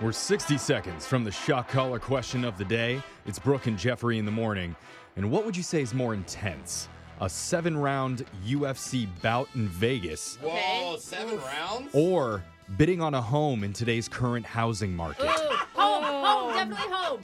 We're 60 seconds from the shock collar question of the day. It's Brooke and Jeffrey in the morning. And what would you say is more intense? A seven round UFC bout in Vegas Whoa, seven rounds? or bidding on a home in today's current housing market? home, Oh. home, definitely home.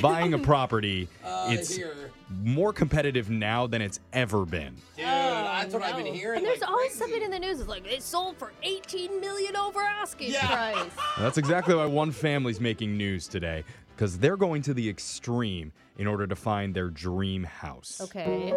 Buying a property, Uh, it's here. more competitive now than it's ever been. Dude, that's what I've no. been hearing. And there's like always crazy. something in the news. It's like it sold for 18 million over asking Yeah. price. That's exactly why one family's making news today because they're going to the extreme in order to find their dream house. Okay.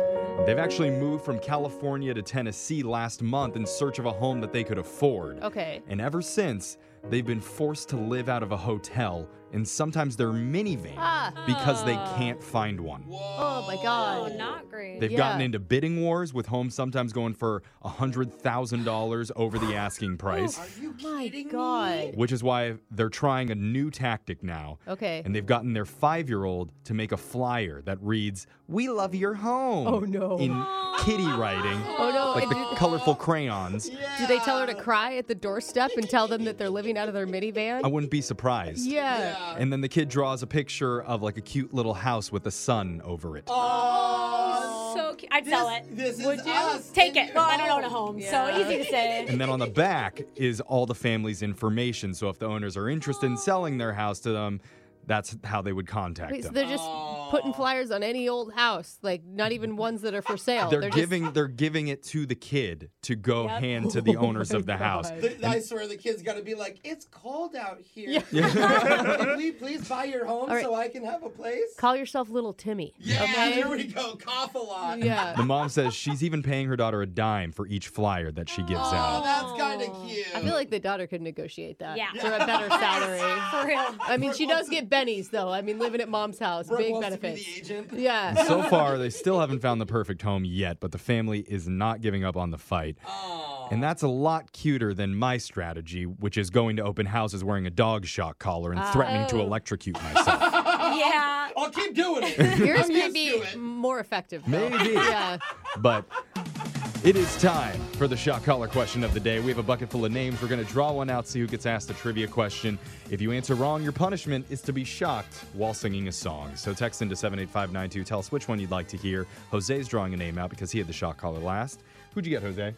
They've actually moved from California to Tennessee last month in search of a home that they could afford. Okay. And ever since, they've been forced to live out of a hotel and sometimes their minivan Ah. because they can't find one. Whoa. Oh my God. Oh, not great. They've Yeah. gotten into bidding wars with homes sometimes going for $100,000 over the Oh. asking price, Are you Oh My kidding me? God. which is why they're trying a new tactic now. Okay. And they've gotten their five year old to make a flyer that reads, We love your home. Oh, no. In kitty writing. Oh, no, Like and the colorful crayons. Yeah. Do they tell her to cry at the doorstep and tell them that they're living out of their minivan? I wouldn't be surprised. yeah. Yeah. And then the kid draws a picture of like a cute little house with a sun over it. Oh, So cute. I'd this, sell it. This is Would you us oh, take in it? Well, I don't your own a home, Yeah. so easy to say. And then on the back is all the family's information. So if the owners are interested in selling their house to them, that's how they would contact Wait, so them. they're just putting flyers on any old house, like not even ones that are for sale. they're, just- giving they're giving it to the kid to go Yep. hand to the owners of the house. God. The- I swear the kid's got to be like, it's cold out here. Yeah. Can we please buy your home All right. so I can have a place? Call yourself Little Timmy. yeah, okay? there we go. Cough a lot. Yeah. The mom says she's even paying her daughter a dime for each flyer that she gives Oh, out. that's kind of cute. I feel like the daughter could negotiate that Yeah. for a better salary. For real. I mean, she does get Bennies though. I mean, living at mom's house, Brooke big wants benefits. To be the agent. Yeah. So far, they still haven't found the perfect home yet, but the family is not giving up on the fight. Oh. And that's a lot cuter than my strategy, which is going to open houses wearing a dog shock collar and threatening to Oh. electrocute myself. Yeah. I'll keep doing it. Yours I'm may used be to it. more effective. though. Maybe. Yeah. But it is time for the shock collar question of the day. We have a bucket full of names. We're going to draw one out, see who gets asked a trivia question. If you answer wrong, your punishment is to be shocked while singing a song. So text into 78592. Tell us which one you'd like to hear. Jose's drawing a name out because he had the shock collar last. Who'd you get, Jose?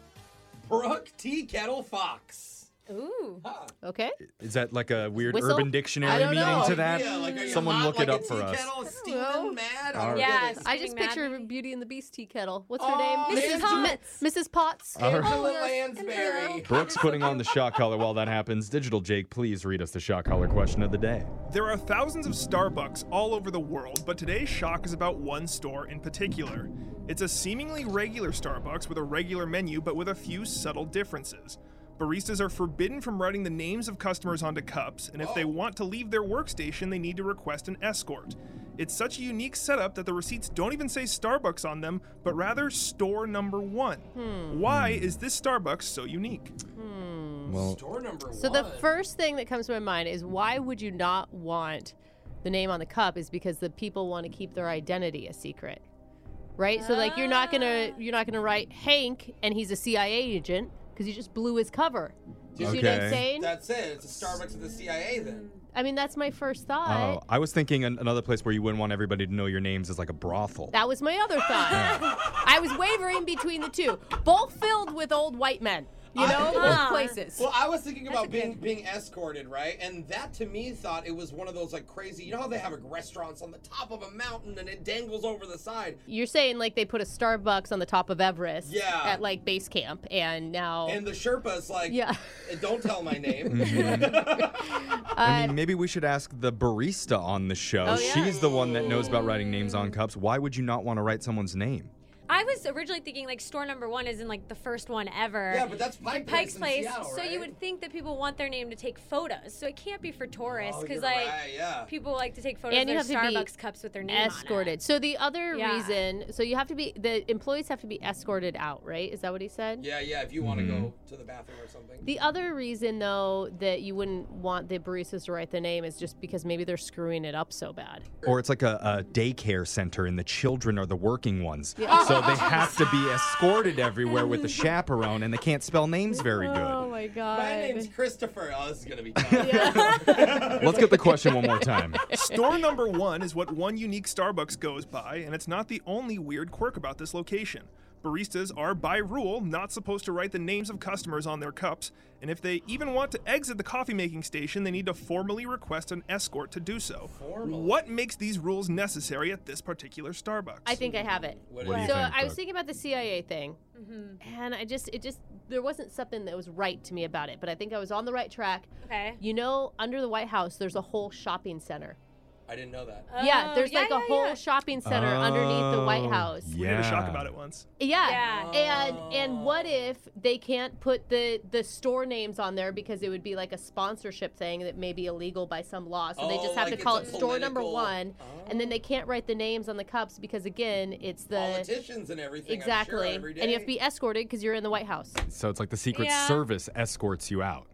Brooke Tea Kettle Fox. Ooh. Okay. Is that like a weird Whistle? Urban Dictionary I don't meaning know. to that? Yeah, like, are you Someone hot look like it a up for tea us. Kettle, know. steaming mad. All I right. don't Yes. get it. I just Mad picture Maybe. Beauty and the Beast tea kettle. What's her Oh, name? Mrs. Potts. Mrs. Potts. All right. Oh, Angela Angela. Lansbury. Brooks putting on the shock collar while that happens. Digital Jake, please read us the shock collar question of the day. There are thousands of Starbucks all over the world, but today's shock is about one store in particular. It's a seemingly regular Starbucks with a regular menu, but with a few subtle differences. Baristas are forbidden from writing the names of customers onto cups, and if they want to leave their workstation, they need to request an escort. It's such a unique setup that the receipts don't even say Starbucks on them, but rather store number one. Why is this Starbucks so unique? Well, Door number So one. the first thing that comes to my mind is why would you not want the name on the cup is because the people want to keep their identity a secret. Right? So like you're not going Ah. to you're not going to write Hank and he's a CIA agent cuz you just blew his cover. Do you see what Okay. I'm saying? That's it. It's a Starbucks of the CIA then. Mm. I mean, that's my first thought. Oh, I was thinking an- another place where you wouldn't want everybody to know your names is like a brothel. That was my other thought. I was wavering between the two, both filled with old white men. You know, both Ah. places. Well, I was thinking about being being escorted, right? And that to me thought it was one of those like crazy. You know how they have like restaurants on the top of a mountain and it dangles over the side, You're saying like they put a Starbucks on the top of Everest Yeah. at like base camp, and now Oh. and the Sherpa's like, yeah. don't tell my name. Mm-hmm. I mean, maybe we should ask the barista on the show. Oh, yeah. She's the one that knows about writing names on cups. Why would you not want to write someone's name? I was originally thinking like store number one is in like the first one ever. yeah, but that's Pike Pike's Place. in Place. Seattle, So you right? would think that people want their name to take photos. So it can't be for tourists Oh, because you're like right, yeah. people like to take photos And you of their have to be Starbucks cups with their name on it. escorted. So the other Yeah. reason, so you have to be the employees have to be escorted out, right? Is that what he said? Yeah, yeah. If you want to go Mm-hmm. to the bathroom or something. The other reason though that you wouldn't want the baristas to write the name is just because maybe they're screwing it up so bad. Or it's like a, a daycare center and the children are the working ones. So they have to be escorted everywhere with a chaperone and they can't spell names very good. Oh my god. My name's Christopher. Oh, this is gonna be tough. Let's get the question one more time. Store number one is what one unique Starbucks goes by, and it's not the only weird quirk about this location. Baristas are, by rule, not supposed to write the names of customers on their cups, and if they even want to exit the coffee making station, they need to formally request an escort to do so. What makes these rules necessary at this particular Starbucks? I think I have it. What What do is you So think, I was Brooke? thinking about the CIA thing, and I just it just there wasn't something that was right to me about it. But I think I was on the right track. Okay. You know, under the White House, there's a whole shopping center. I didn't know that. yeah, Oh, there's yeah, like a yeah, whole yeah. shopping center underneath the White Oh, House. Yeah. we had a shock about it once. Yeah. Yeah. And and what if they can't put the the store names on there because it would be like a sponsorship thing that may be illegal by some law. So they Oh, just have like to call it it's a store number political- 1 and then they can't write the names on the cups because again, it's the Politicians and everything. I'm Exactly. sure, every day. and you have to be escorted because you're in the White House. So it's like the Secret Yeah. Service escorts you out.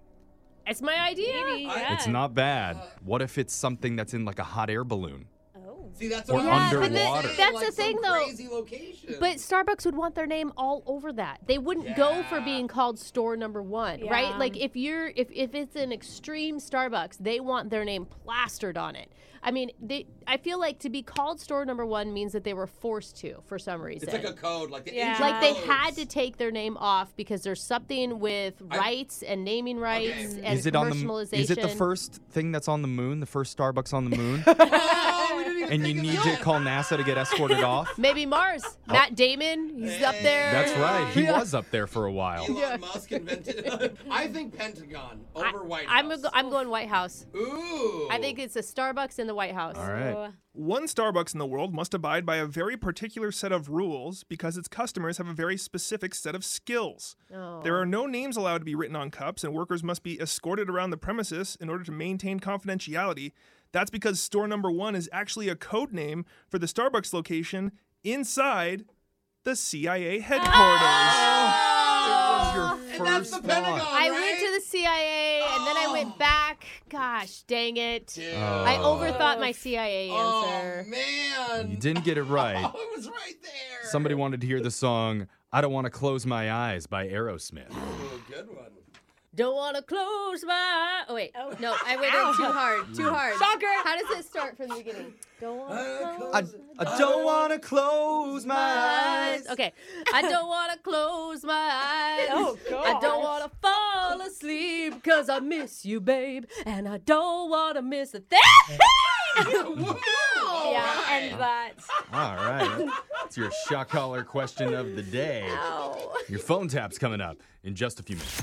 It's my idea. Maybe, yeah. It's not bad. What if it's something that's in like a hot air balloon? Oh. See, that's Or what I'm saying, underwater. that's like the some thing, though. Crazy location. But Starbucks would want their name all over that. They wouldn't go for Yeah. being called store number one, Yeah. right? Like if you're if if it's an extreme Starbucks, they want their name plastered on it. I mean, they I feel like to be called store number one means that they were forced to for some reason. it's like a code, like the Yeah. ancient Like they codes. had to take their name off because there's something with I- rights and naming rights Okay. and is it on commercialization. the Is it the first thing that's on the moon? The first Starbucks on the moon? Oh, we didn't even and you think of need to that. call NASA to get escorted off? Maybe Mars. Matt Damon, he's up there. Oh. That's right. He was up there for a while. Elon Musk invented. I think Pentagon over White House. I'm a, go- I'm going White House. Ooh. I think it's a Starbucks in the White House. All right. One Starbucks in the world must abide by a very particular set of rules because its customers have a very specific set of skills. Oh. There are no names allowed to be written on cups, and workers must be escorted around the premises in order to maintain confidentiality. That's because store number one is actually a code name for the Starbucks location inside the CIA headquarters. Oh, And that's the Pentagon. I right? went to the CIA and then I went back. Gosh, dang it. Dude. I Oh. overthought my CIA Oh answer. man. You didn't get it right. Oh, it was right there. Somebody wanted to hear the song I Don't Want to Close My Eyes by Aerosmith. Ooh, Oh, good one. Don't want to close my Oh, wait. No, I went in too hard. Too hard. Shocker. How does it start from the beginning? Don't want to close I, I don't want to close my my eyes. eyes. Okay. I don't want to close my eyes. Oh, I don't gosh. want to fall asleep because I miss you, babe. And I don't want to miss a thing. Woo! Yeah, and that. All right. That's your shock collar question of the day. Your phone tap's coming up in just a few minutes.